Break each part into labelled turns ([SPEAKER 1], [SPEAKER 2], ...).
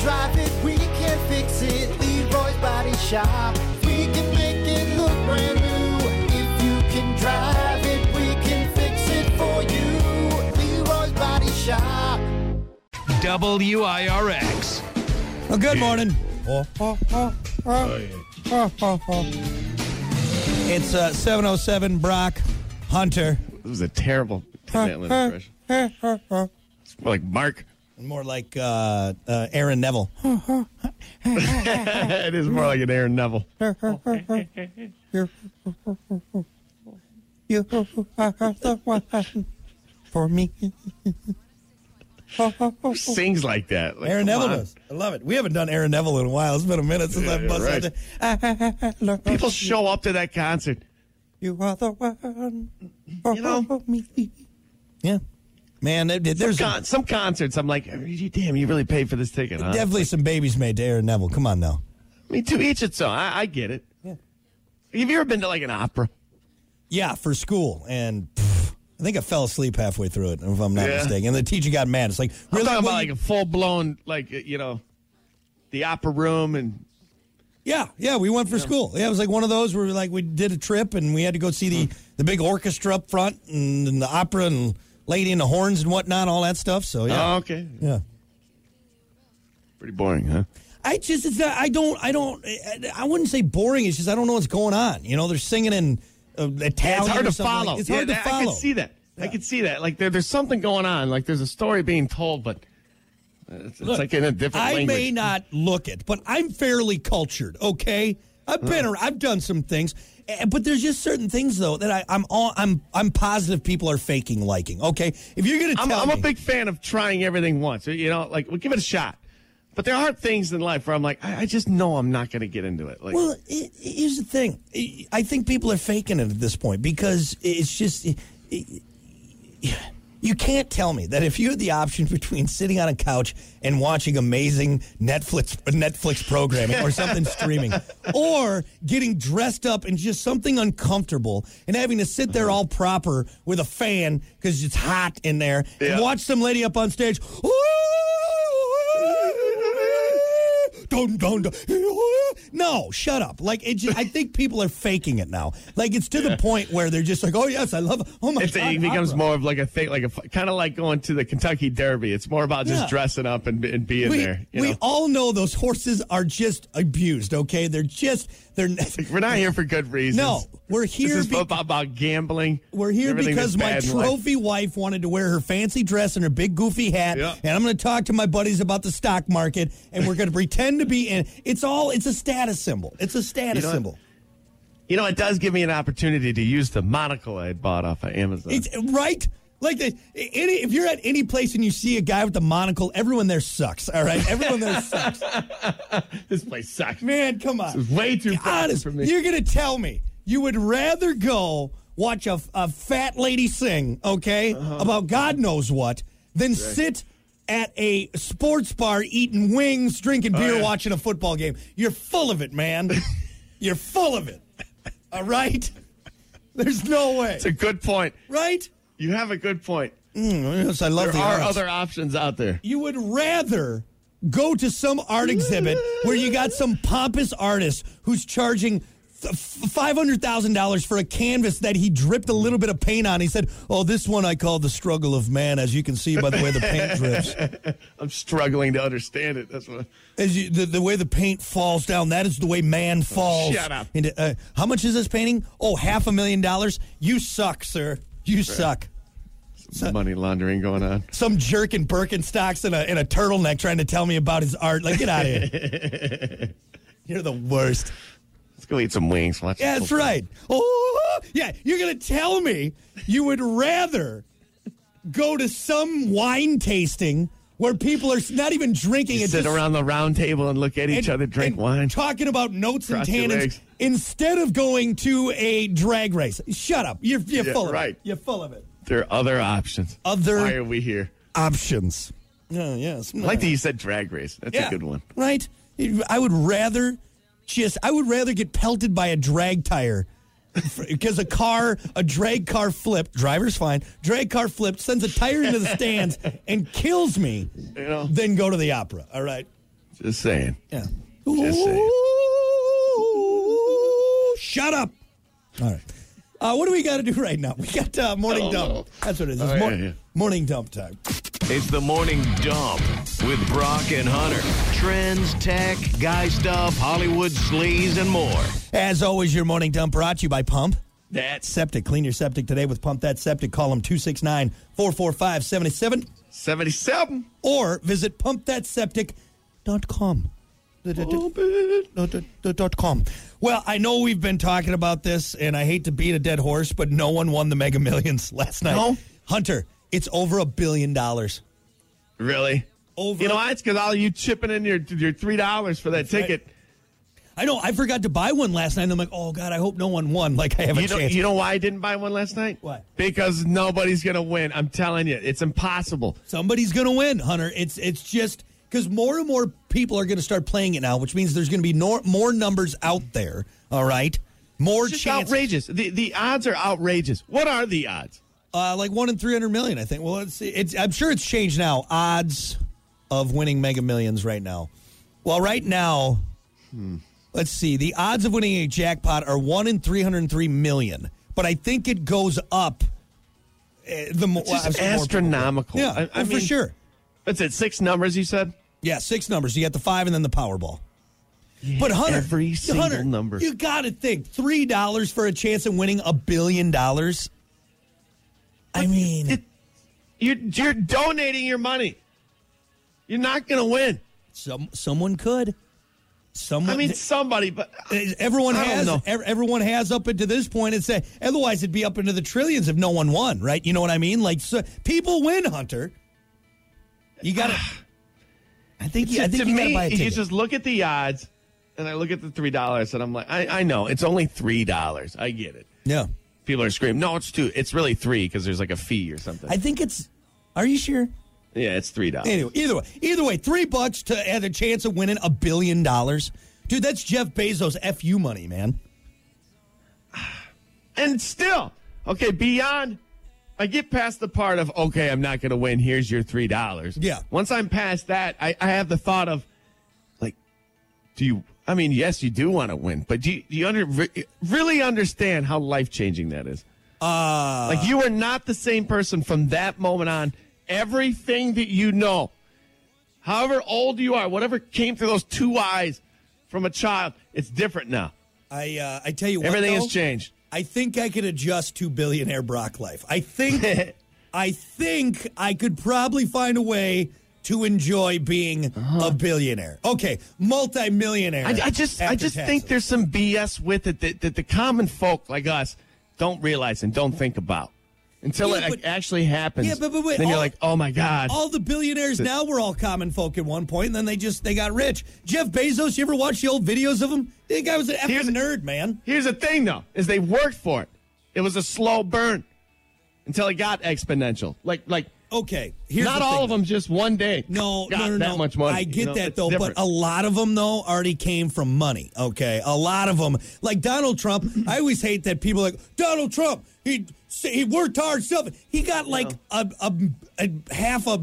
[SPEAKER 1] drive it, we can fix it. Leroy's Body Shop. We can make it look brand new. If you can drive it, we can fix it for you. Leroy's Body Shop.
[SPEAKER 2] WIRX.
[SPEAKER 3] Well, good morning. It's uh, 707 Brock Hunter.
[SPEAKER 4] It was a terrible Atlanta impression. It's more like Mark.
[SPEAKER 3] More like uh, uh, Aaron Neville.
[SPEAKER 4] it is more like an Aaron Neville.
[SPEAKER 3] You are the one for me.
[SPEAKER 4] Who sings like that? Like,
[SPEAKER 3] Aaron
[SPEAKER 4] come
[SPEAKER 3] Neville
[SPEAKER 4] on.
[SPEAKER 3] does. I love it. We haven't done Aaron Neville in a while. It's been a minute since
[SPEAKER 4] Yeah,
[SPEAKER 3] I
[SPEAKER 4] you're
[SPEAKER 3] busted out there.
[SPEAKER 4] People show up to that concert.
[SPEAKER 3] You are the one for
[SPEAKER 4] You know-
[SPEAKER 3] me. Yeah. Man, there- there's
[SPEAKER 4] Con- some concerts, I'm like, "You- damn, you really paid for this ticket, huh?
[SPEAKER 3] definitely some babies made to Aaron Neville. Come on now.
[SPEAKER 4] I mean, to each its own. I, I get it.
[SPEAKER 3] Yeah.
[SPEAKER 4] Have you ever been to like an opera?
[SPEAKER 3] Yeah, for school. And pff, I think I fell asleep halfway through it, if I'm not
[SPEAKER 4] Yeah.
[SPEAKER 3] mistaken. And the teacher got mad. It's like,
[SPEAKER 4] I'm
[SPEAKER 3] really?
[SPEAKER 4] talking
[SPEAKER 3] What
[SPEAKER 4] about
[SPEAKER 3] you-
[SPEAKER 4] like a full blown, like uh, you know, the opera room, and
[SPEAKER 3] yeah, yeah, we went for school. Yeah, it was like one of those where like we did a trip and we had to go see the,
[SPEAKER 4] Mm-hmm.
[SPEAKER 3] the big orchestra up front and, and the opera and Lady and the Horns and whatnot, all that stuff. So, yeah.
[SPEAKER 4] oh, okay,
[SPEAKER 3] yeah.
[SPEAKER 4] pretty boring, huh?
[SPEAKER 3] I just it's not, I don't I don't I- I wouldn't say boring. It's just I don't know what's going on. You know, they're singing in uh, Italian.
[SPEAKER 4] it's hard
[SPEAKER 3] or
[SPEAKER 4] to
[SPEAKER 3] something like-
[SPEAKER 4] follow.
[SPEAKER 3] it's
[SPEAKER 4] Yeah,
[SPEAKER 3] hard to
[SPEAKER 4] that-
[SPEAKER 3] follow.
[SPEAKER 4] I can see that. I can see that. Like there, there's something going on. Like there's a story being told, but uh, it's, it's like in a different
[SPEAKER 3] I
[SPEAKER 4] language.
[SPEAKER 3] may not look it, but I'm fairly cultured. Okay, I've been around, I've done some things, eh, but there's just certain things though that I, I'm all I'm I'm positive people are faking liking. Okay, if you're gonna
[SPEAKER 4] I'm,
[SPEAKER 3] tell
[SPEAKER 4] I'm a
[SPEAKER 3] me-
[SPEAKER 4] big fan of trying everything once. You know, like well, give it a shot. But there are things in life where I'm like, I, I just know I'm not going to get into it. Like,
[SPEAKER 3] Well, i i- here's the thing. I- I think people are faking it at this point because it's just. i- i- You can't tell me that if you had the option between sitting on a couch and watching amazing Netflix Netflix programming or something streaming, or getting dressed up in just something uncomfortable and having to sit there
[SPEAKER 4] Uh-huh.
[SPEAKER 3] all proper with a fan because it's hot in there
[SPEAKER 4] Yeah.
[SPEAKER 3] and watch some lady up on stage. Dun, dun, dun. No, shut up. Like it just, I think people are faking it now. Like it's to the point where they're just like, "Oh yes, I love. Oh my
[SPEAKER 4] it's,
[SPEAKER 3] god."
[SPEAKER 4] it becomes
[SPEAKER 3] opera.
[SPEAKER 4] more of like a thing, like a kind of like going to the Kentucky Derby. It's more about just
[SPEAKER 3] Yeah.
[SPEAKER 4] dressing up and, and being
[SPEAKER 3] We,
[SPEAKER 4] there. You
[SPEAKER 3] we
[SPEAKER 4] know?
[SPEAKER 3] all know those horses are just abused. Okay, they're just they're.
[SPEAKER 4] We're not here for good reasons.
[SPEAKER 3] No, we're here
[SPEAKER 4] This is
[SPEAKER 3] be-
[SPEAKER 4] about, about gambling.
[SPEAKER 3] We're here
[SPEAKER 4] everything
[SPEAKER 3] because
[SPEAKER 4] that's
[SPEAKER 3] my
[SPEAKER 4] bad in life.
[SPEAKER 3] trophy wife wanted to wear her fancy dress and her big goofy hat,
[SPEAKER 4] Yeah.
[SPEAKER 3] and I'm going to talk to my buddies about the stock market, and we're going to pretend to be in. It's all. It's a status symbol. It's a status
[SPEAKER 4] You know what?
[SPEAKER 3] symbol.
[SPEAKER 4] You know, it does give me an opportunity to use the monocle I had bought off of Amazon.
[SPEAKER 3] It's right. Like the, any, if you're at any place and you see a guy with a monocle, everyone there sucks. All right, everyone there sucks.
[SPEAKER 4] this place sucks.
[SPEAKER 3] Man, come on.
[SPEAKER 4] This is way too
[SPEAKER 3] Be
[SPEAKER 4] flashy
[SPEAKER 3] honest.
[SPEAKER 4] for me.
[SPEAKER 3] You're gonna tell me you would rather go watch a, a fat lady sing, okay,
[SPEAKER 4] Uh-huh.
[SPEAKER 3] about God knows what, than sit at a sports bar eating wings, drinking beer,
[SPEAKER 4] Oh, yeah.
[SPEAKER 3] watching a football game. You're full of it, man. you're full of it. All right. There's no way,
[SPEAKER 4] It's a good point.
[SPEAKER 3] right?
[SPEAKER 4] You have a good point.
[SPEAKER 3] Mm, yes, I love
[SPEAKER 4] There
[SPEAKER 3] the
[SPEAKER 4] are
[SPEAKER 3] arts.
[SPEAKER 4] other options out there.
[SPEAKER 3] You would rather go to some art exhibit where you got some pompous artist who's charging th- $500,000 for a canvas that he dripped a little bit of paint on. He said, Oh, this one I call the struggle of man, as you can see by the way the paint drips.
[SPEAKER 4] I'm struggling to understand it. That's what.
[SPEAKER 3] As you, the, the way the paint falls down, that is the way man falls.
[SPEAKER 4] shut up.
[SPEAKER 3] Into, uh, how much is this painting? Oh, half a million dollars? You suck, sir. You suck.
[SPEAKER 4] money laundering going on.
[SPEAKER 3] Some jerk in Birkenstocks and a, and a turtleneck trying to tell me about his art. Like, get out of here. You're the worst.
[SPEAKER 4] Let's go eat some wings. Watch
[SPEAKER 3] Yeah, that's right. Oh, yeah. You're going to tell me you would rather go to some wine tasting where people are s- not even drinking
[SPEAKER 4] You
[SPEAKER 3] it's
[SPEAKER 4] sit
[SPEAKER 3] just-
[SPEAKER 4] around the round table and look at each
[SPEAKER 3] and-
[SPEAKER 4] other, drink
[SPEAKER 3] and
[SPEAKER 4] wine.
[SPEAKER 3] talking about notes
[SPEAKER 4] Cross your
[SPEAKER 3] and tannins
[SPEAKER 4] legs.
[SPEAKER 3] instead of going to a drag race. Shut up. You're, you're
[SPEAKER 4] Yeah,
[SPEAKER 3] full of
[SPEAKER 4] right.
[SPEAKER 3] it. You're full of it.
[SPEAKER 4] there are other options.
[SPEAKER 3] Other-
[SPEAKER 4] Why are we here?
[SPEAKER 3] Options. Yeah, yes.
[SPEAKER 4] I like that you said drag race. That's a good one.
[SPEAKER 3] Right? I would rather just I would rather get pelted by a drag tire because a car a drag car flipped driver's fine drag car flipped sends a tire into the stands and kills me
[SPEAKER 4] You know?
[SPEAKER 3] then go to the opera all right
[SPEAKER 4] Just saying.
[SPEAKER 3] Yeah.
[SPEAKER 4] Just saying.
[SPEAKER 3] Ooh, shut up. All right. Uh, what do we got to do right now? We got uh, morning
[SPEAKER 4] I don't
[SPEAKER 3] dump.
[SPEAKER 4] know.
[SPEAKER 3] That's what it is. It's
[SPEAKER 4] Oh, yeah,
[SPEAKER 3] mor-
[SPEAKER 4] yeah.
[SPEAKER 3] Morning dump time.
[SPEAKER 2] It's the morning dump with Brock and Hunter. Trends, tech, guy stuff, Hollywood sleaze, and more.
[SPEAKER 3] As always, your morning dump brought to you by Pump.
[SPEAKER 4] That's
[SPEAKER 3] Septic. Clean your septic today with Pump That Septic. Call them 269 445 77
[SPEAKER 4] 77.
[SPEAKER 3] or visit pumpthatseptic.com. Da- da- da- da- da- da- dot com. Well, I know we've been talking about this, and I hate to beat a dead horse, but no one won the Mega Millions last night.
[SPEAKER 4] No?
[SPEAKER 3] Hunter, it's over a billion dollars.
[SPEAKER 4] Really?
[SPEAKER 3] Over.
[SPEAKER 4] You know why? It's because all you chipping in your your three dollars for that
[SPEAKER 3] right.
[SPEAKER 4] ticket.
[SPEAKER 3] I know. I forgot to buy one last night. and I'm like, oh god, I hope no one won. Like I have a
[SPEAKER 4] You know,
[SPEAKER 3] chance.
[SPEAKER 4] you know why I didn't buy one last night?
[SPEAKER 3] Why?
[SPEAKER 4] Because nobody's gonna win. I'm telling you, it's impossible.
[SPEAKER 3] Somebody's going to win, Hunter. It's it's just because more and more people are going to start playing it now, which means there's going to be nor- more numbers out there. All right, more
[SPEAKER 4] It's just
[SPEAKER 3] chances.
[SPEAKER 4] outrageous. The the odds are outrageous. What are the odds?
[SPEAKER 3] Uh, like one in three hundred million, I think. Well, let's see. It's, I'm sure it's changed now. Odds of winning Mega Millions right now. Well, right now, let's see. The odds of winning a jackpot are one in three hundred three million, but I think it goes up. uh, The mo-
[SPEAKER 4] It's just
[SPEAKER 3] as more people-
[SPEAKER 4] astronomical.
[SPEAKER 3] Yeah,
[SPEAKER 4] I- I
[SPEAKER 3] well, for
[SPEAKER 4] mean-
[SPEAKER 3] sure.
[SPEAKER 4] That's it. Six numbers. You said.
[SPEAKER 3] Yeah, six numbers. You got the five and then the Powerball. but Hunter,
[SPEAKER 4] every single
[SPEAKER 3] Hunter,
[SPEAKER 4] number.
[SPEAKER 3] You got to think three dollars for a chance of winning a billion dollars. I mean,
[SPEAKER 4] It, you're you're donating your money. You're not gonna win.
[SPEAKER 3] some someone could. Someone. eh,
[SPEAKER 4] I mean, somebody, but
[SPEAKER 3] everyone
[SPEAKER 4] I don't
[SPEAKER 3] has.
[SPEAKER 4] know.
[SPEAKER 3] ev- Everyone has up into this point. It's a, otherwise it'd be up into the trillions if no one won, right? You know what I mean? Like so, people win, Hunter. You got to. I think. You, I think
[SPEAKER 4] to
[SPEAKER 3] you got
[SPEAKER 4] me,
[SPEAKER 3] to buy a
[SPEAKER 4] you
[SPEAKER 3] ticket.
[SPEAKER 4] just look at the odds, and I look at the three dollars, and I'm like, I, I know it's only three dollars. I get it.
[SPEAKER 3] yeah.
[SPEAKER 4] People are screaming, no, it's two. It's really three because there's like a fee or something.
[SPEAKER 3] I think it's. Are you sure?
[SPEAKER 4] yeah, it's three dollars.
[SPEAKER 3] Anyway, either way, either way, three bucks to have a chance of winning a billion dollars, dude. That's Jeff Bezos fu money, man.
[SPEAKER 4] And still, okay, beyond, I get past the part of, okay, I'm not going to win. Here's your $3.
[SPEAKER 3] Yeah.
[SPEAKER 4] Once I'm past that, I, I have the thought of, like, do you, I mean, yes, you do want to win, but do you, do you under, re- really understand how life changing that is? Uh, like, you are not the same person from that moment on. Everything that you know, however old you are, whatever came through those two eyes from a child, it's different now.
[SPEAKER 3] I uh, I tell you, what,
[SPEAKER 4] Everything
[SPEAKER 3] though,
[SPEAKER 4] has changed.
[SPEAKER 3] I think I could adjust to billionaire Brock life. I think I think I could probably find a way to enjoy being a billionaire. Okay, multimillionaire.
[SPEAKER 4] Uh-huh. I, I just, I
[SPEAKER 3] after
[SPEAKER 4] just
[SPEAKER 3] taxes.
[SPEAKER 4] think there's some BS with it that, that the common folk like us don't realize and don't think about until
[SPEAKER 3] Yeah,
[SPEAKER 4] it
[SPEAKER 3] but-
[SPEAKER 4] actually happens.
[SPEAKER 3] Yeah, but- but wait,
[SPEAKER 4] then you're
[SPEAKER 3] all-
[SPEAKER 4] like, oh my god,
[SPEAKER 3] all the billionaires now were all common folk at one point, and then they just they got rich. Jeff Bezos, you ever watch the old videos of him? The guy was an
[SPEAKER 4] Here's-
[SPEAKER 3] effing nerd, man.
[SPEAKER 4] Here's the thing, though, is they worked for it. It was a slow burn until it got exponential. Like, like
[SPEAKER 3] Okay, here's
[SPEAKER 4] not
[SPEAKER 3] the
[SPEAKER 4] all
[SPEAKER 3] thing.
[SPEAKER 4] of them just one day.
[SPEAKER 3] No,
[SPEAKER 4] got
[SPEAKER 3] no, no,
[SPEAKER 4] that
[SPEAKER 3] no.
[SPEAKER 4] much money.
[SPEAKER 3] I
[SPEAKER 4] you
[SPEAKER 3] get
[SPEAKER 4] know?
[SPEAKER 3] that
[SPEAKER 4] It's
[SPEAKER 3] though,
[SPEAKER 4] different.
[SPEAKER 3] but a lot of them though already came from money. Okay, a lot of them, like Donald Trump. I always hate that people are like Donald Trump. He he worked hard, stuff. He got like a, a, a half a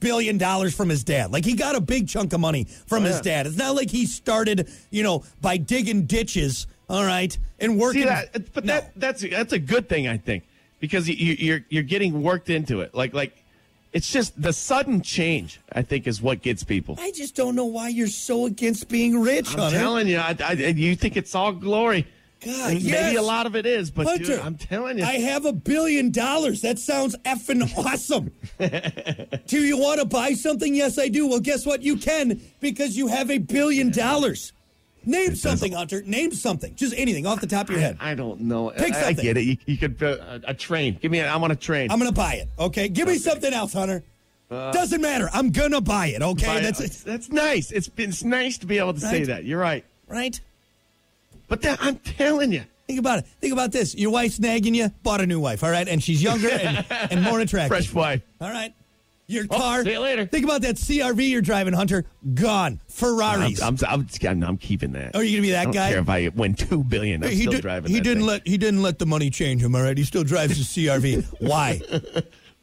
[SPEAKER 3] billion dollars from his dad. Like he got a big chunk of money from his
[SPEAKER 4] Oh, yeah.
[SPEAKER 3] dad. It's not like he started, you know, by digging ditches. All right, and working.
[SPEAKER 4] See that, but
[SPEAKER 3] No.
[SPEAKER 4] that that's that's a good thing, I think, because you, you're you're getting worked into it. Like like, it's just the sudden change. I think is what gets people.
[SPEAKER 3] I just don't know why you're so against being rich,
[SPEAKER 4] I'm
[SPEAKER 3] Hunter.
[SPEAKER 4] telling you, I, I, you think it's all glory.
[SPEAKER 3] God,
[SPEAKER 4] And
[SPEAKER 3] yes.
[SPEAKER 4] Maybe a lot of it is, but
[SPEAKER 3] Hunter,
[SPEAKER 4] dude, I'm telling you,
[SPEAKER 3] I have a billion dollars. That sounds effing awesome. do you want to buy something? Yes, I do. Well, guess what? You can because you have a billion dollars. Name something, Hunter. Name something. Just anything off the top of your head.
[SPEAKER 4] I don't know.
[SPEAKER 3] Pick
[SPEAKER 4] I, I
[SPEAKER 3] something.
[SPEAKER 4] get it. You, you could build a, a train. Give me. A, I want a train.
[SPEAKER 3] I'm going to buy it. Okay. Give me something else, Hunter. Doesn't matter. I'm going to buy it. Okay.
[SPEAKER 4] Uh, Buy-
[SPEAKER 3] That's
[SPEAKER 4] that's,
[SPEAKER 3] it.
[SPEAKER 4] nice. It's been it's nice to be able to say
[SPEAKER 3] Right?
[SPEAKER 4] that. You're right.
[SPEAKER 3] Right?
[SPEAKER 4] But that, I'm telling you,
[SPEAKER 3] Think about it. Think about this. Your wife's nagging you, bought a new wife, all right? And she's younger and, and more attractive.
[SPEAKER 4] fresh wife.
[SPEAKER 3] All right. Your car.
[SPEAKER 4] Oh, see you later.
[SPEAKER 3] Think about that CRV you're driving, Hunter. Gone.
[SPEAKER 4] I'm,
[SPEAKER 3] Ferraris.
[SPEAKER 4] I'm, I'm, I'm, I'm keeping that.
[SPEAKER 3] Are you gonna be Oh, that
[SPEAKER 4] I don't
[SPEAKER 3] guy?
[SPEAKER 4] Care if I win two billion, I'm
[SPEAKER 3] he
[SPEAKER 4] still
[SPEAKER 3] did,
[SPEAKER 4] driving.
[SPEAKER 3] he
[SPEAKER 4] that
[SPEAKER 3] didn't
[SPEAKER 4] thing.
[SPEAKER 3] let he didn't let the money change him. All right, he still drives his CRV. Why?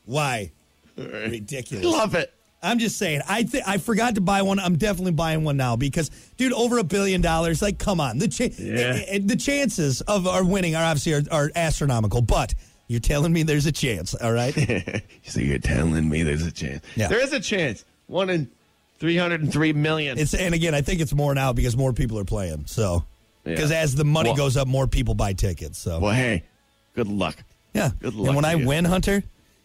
[SPEAKER 3] Why? Ridiculous.
[SPEAKER 4] Love it.
[SPEAKER 3] I'm just saying. I th- I forgot to buy one. I'm definitely buying one now because, dude, over a billion dollars. Like, come on. The cha-
[SPEAKER 4] Yeah.
[SPEAKER 3] eh, eh, the chances of our winning are obviously are, are astronomical. But you're telling me there's a chance. All right.
[SPEAKER 4] So you're telling me there's a chance.
[SPEAKER 3] Yeah.
[SPEAKER 4] There is a chance. One in 303 million.
[SPEAKER 3] It's and again, I think it's more now because more people are playing. So
[SPEAKER 4] Yeah.
[SPEAKER 3] because as the money
[SPEAKER 4] Well-
[SPEAKER 3] goes up, more people buy tickets. So
[SPEAKER 4] well, hey, good luck.
[SPEAKER 3] yeah.
[SPEAKER 4] Good luck
[SPEAKER 3] and when
[SPEAKER 4] to
[SPEAKER 3] I
[SPEAKER 4] you.
[SPEAKER 3] win, Hunter,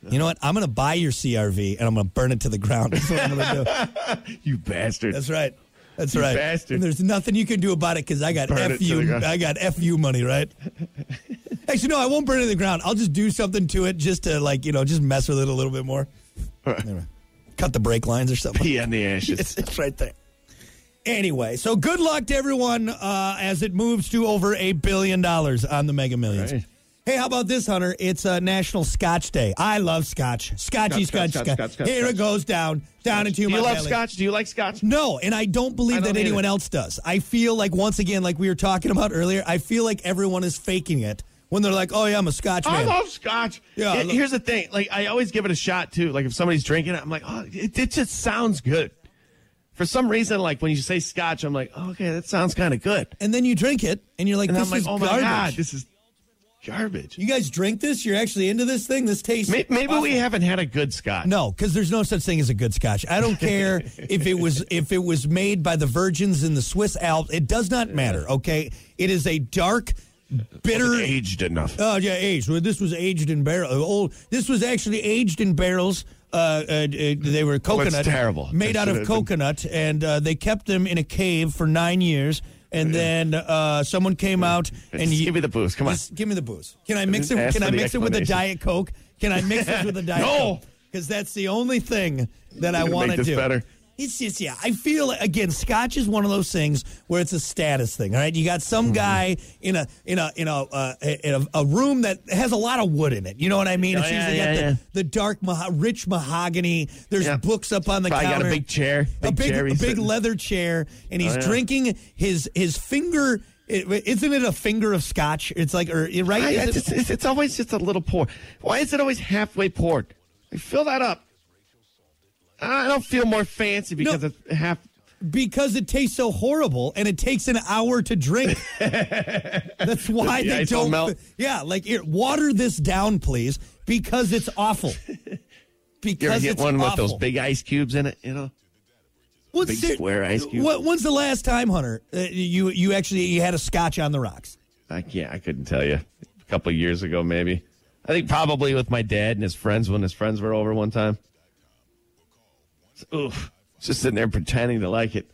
[SPEAKER 3] you know what? I'm going to buy your CRV and I'm going to burn it to the ground. That's what I'm going to do.
[SPEAKER 4] You bastard.
[SPEAKER 3] That's right. That's
[SPEAKER 4] You
[SPEAKER 3] right.
[SPEAKER 4] bastard.
[SPEAKER 3] And there's nothing you can do about it because I got
[SPEAKER 4] Burn it to the
[SPEAKER 3] fu.
[SPEAKER 4] ground.
[SPEAKER 3] I got fu money, right? Actually, no, I won't burn it to the ground. I'll just do something to it just to like you know just mess with it a little bit more. Anyway, cut the brake lines or something.
[SPEAKER 4] Pee on the ashes.
[SPEAKER 3] It's, it's right there. Anyway, so good luck to everyone uh, as it moves to over a billion dollars on the Mega Millions.
[SPEAKER 4] Right.
[SPEAKER 3] Hey, how about this, Hunter? It's uh, National Scotch Day. I love Scotch. Scotchy, Scotch, Scotch.
[SPEAKER 4] Scotch, Scotch, Scotch, Scotch,
[SPEAKER 3] Here
[SPEAKER 4] Scotch.
[SPEAKER 3] it goes down, down into
[SPEAKER 4] Do
[SPEAKER 3] my
[SPEAKER 4] you love
[SPEAKER 3] belly.
[SPEAKER 4] scotch? Do you like scotch?
[SPEAKER 3] No, and I don't believe
[SPEAKER 4] I don't
[SPEAKER 3] that anyone
[SPEAKER 4] either.
[SPEAKER 3] else does. I feel like once again, like we were talking about earlier, I feel like everyone is faking it when they're like, "Oh yeah, I'm a Scotch
[SPEAKER 4] I
[SPEAKER 3] man."
[SPEAKER 4] love scotch.
[SPEAKER 3] Yeah, I
[SPEAKER 4] It-
[SPEAKER 3] love-
[SPEAKER 4] here's the thing. Like, I always give it a shot too. Like, if somebody's drinking it, I'm like, oh, it, it just sounds good. For some reason, like when you say scotch, I'm like, oh, okay, that sounds kind of good.
[SPEAKER 3] and then you drink it, and you're like,
[SPEAKER 4] And
[SPEAKER 3] "This
[SPEAKER 4] I'm like,
[SPEAKER 3] is
[SPEAKER 4] oh my
[SPEAKER 3] garbage."
[SPEAKER 4] god, this is garbage.
[SPEAKER 3] you guys drink this? You're actually into this thing? This tastes
[SPEAKER 4] May- Maybe
[SPEAKER 3] awful.
[SPEAKER 4] we haven't had a good scotch.
[SPEAKER 3] No, because there's no such thing as a good Scotch. I don't care if it was if it was made by the virgins in the Swiss Alps. It does not matter. Okay, it is a dark, bitter.
[SPEAKER 4] Wasn't aged enough.
[SPEAKER 3] Oh yeah, aged. Well, this was aged in barrel. uh, Old. This was actually aged in barrels. Uh, uh, uh, they were coconut.
[SPEAKER 4] Oh, terrible.
[SPEAKER 3] Made
[SPEAKER 4] That
[SPEAKER 3] out
[SPEAKER 4] should
[SPEAKER 3] of
[SPEAKER 4] have been-
[SPEAKER 3] coconut, and uh, they kept them in a cave for nine years. And then uh, someone came out and
[SPEAKER 4] Just give me the booze. Come on.
[SPEAKER 3] Just give me the booze. Can I mix it?
[SPEAKER 4] Ask
[SPEAKER 3] Can
[SPEAKER 4] for
[SPEAKER 3] I
[SPEAKER 4] the
[SPEAKER 3] mix it with a
[SPEAKER 4] explanation.
[SPEAKER 3] diet coke? Can I mix this with a diet
[SPEAKER 4] No.
[SPEAKER 3] coke? Because that's the only thing that I
[SPEAKER 4] Gonna
[SPEAKER 3] want
[SPEAKER 4] make
[SPEAKER 3] to
[SPEAKER 4] this
[SPEAKER 3] do.
[SPEAKER 4] better.
[SPEAKER 3] It's just yeah. I feel again. Scotch is one of those things where it's a status thing. All right, you got
[SPEAKER 4] Mm-hmm.
[SPEAKER 3] some guy in a in a in a uh, in a, a room that has a lot of wood in it. You know what I mean?
[SPEAKER 4] Oh,
[SPEAKER 3] It's
[SPEAKER 4] yeah,
[SPEAKER 3] usually got
[SPEAKER 4] yeah,
[SPEAKER 3] the,
[SPEAKER 4] yeah.
[SPEAKER 3] the dark, maho- rich mahogany. There's
[SPEAKER 4] Yeah.
[SPEAKER 3] books up on the
[SPEAKER 4] Probably got a
[SPEAKER 3] counter.
[SPEAKER 4] big chair,
[SPEAKER 3] a
[SPEAKER 4] big
[SPEAKER 3] big,
[SPEAKER 4] chair
[SPEAKER 3] a
[SPEAKER 4] he's
[SPEAKER 3] big
[SPEAKER 4] sitting- Oh,
[SPEAKER 3] leather chair, and he's
[SPEAKER 4] yeah.
[SPEAKER 3] drinking his his finger. i- Isn't it a finger of scotch? It's like or right?
[SPEAKER 4] I-
[SPEAKER 3] Is
[SPEAKER 4] I
[SPEAKER 3] it-
[SPEAKER 4] just- it's, it's always just a little pour. Why is it always halfway poured? Like, fill that up. I don't feel more fancy because
[SPEAKER 3] No.
[SPEAKER 4] it's half.
[SPEAKER 3] because it tastes so horrible and it takes an hour to drink. That's why
[SPEAKER 4] The
[SPEAKER 3] they
[SPEAKER 4] ice will
[SPEAKER 3] don't.
[SPEAKER 4] melt.
[SPEAKER 3] Yeah, like here, water this down, please, because it's awful.
[SPEAKER 4] You ever
[SPEAKER 3] Because
[SPEAKER 4] get
[SPEAKER 3] it's
[SPEAKER 4] one with
[SPEAKER 3] awful.
[SPEAKER 4] those big ice cubes in it? You know,
[SPEAKER 3] What's
[SPEAKER 4] big square ice cube?
[SPEAKER 3] What, when's the last time, Hunter? Uh, you you actually you had a scotch on the rocks?
[SPEAKER 4] I can't. I couldn't tell you. A couple of years ago, maybe. I think probably with my dad and his friends when his friends were over one time. Oof, just sitting there pretending to like it.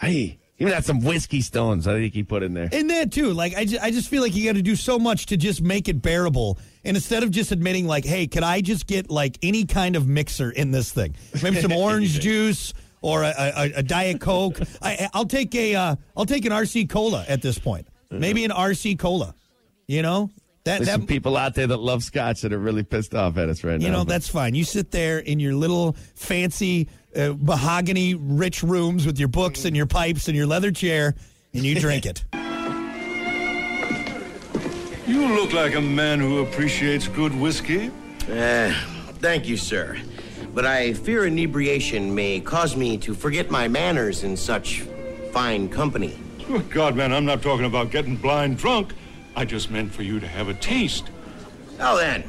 [SPEAKER 4] Hey, even had some whiskey stones. I think he put in there.
[SPEAKER 3] And that too, like I just, I just feel like you got to do so much to just make it bearable. And instead of just admitting, like, hey, can I just get like any kind of mixer in this thing? Maybe some orange juice or a, a, a- a diet coke. I, I'll take a, uh, I'll take an RC cola at this point. Maybe an RC cola. You know that
[SPEAKER 4] There's
[SPEAKER 3] that
[SPEAKER 4] some people out there that love scotch that are really pissed off at us right now.
[SPEAKER 3] you know
[SPEAKER 4] but-
[SPEAKER 3] that's fine. You sit there in your little fancy uh, mahogany rich rooms with your books and your pipes and your leather chair, and you drink it.
[SPEAKER 5] You look like a man who appreciates good whiskey.
[SPEAKER 6] Uh, thank you, sir. But I fear inebriation may cause me to forget my manners in such fine company.
[SPEAKER 5] Good God, man, I'm not talking about getting blind drunk. I just meant for you to have a taste.
[SPEAKER 6] Now then,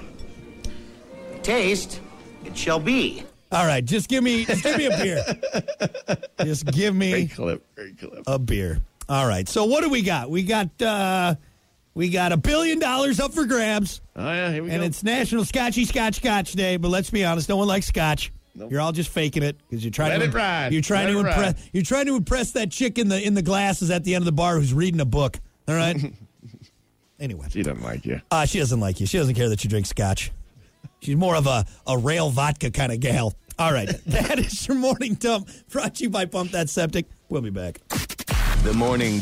[SPEAKER 6] taste it shall be.
[SPEAKER 3] All right, just give me just give me a beer. just give
[SPEAKER 4] Great
[SPEAKER 3] me
[SPEAKER 4] clip. Great clip.
[SPEAKER 3] a beer. All right. So what do we got? We got uh we got a billion dollars up for grabs
[SPEAKER 4] oh yeah, here we
[SPEAKER 3] and
[SPEAKER 4] go.
[SPEAKER 3] it's National Scotchy Scotch Scotch Day, but let's be honest, no one likes scotch.
[SPEAKER 4] Nope.
[SPEAKER 3] You're all just faking it because you're trying
[SPEAKER 4] Let
[SPEAKER 3] to
[SPEAKER 4] it ride.
[SPEAKER 3] you're trying
[SPEAKER 4] Let
[SPEAKER 3] to
[SPEAKER 4] it
[SPEAKER 3] impress
[SPEAKER 4] ride.
[SPEAKER 3] you're trying to impress that chick in the in the glasses at the end of the bar who's reading a book. All right? anyway.
[SPEAKER 4] she doesn't like you.
[SPEAKER 3] Uh, she doesn't like you. She doesn't care that you drink scotch. She's more of a, a rail vodka kind of gal. All right. that is your morning dump brought to you by Pump That Septic. We'll be back.
[SPEAKER 2] The morning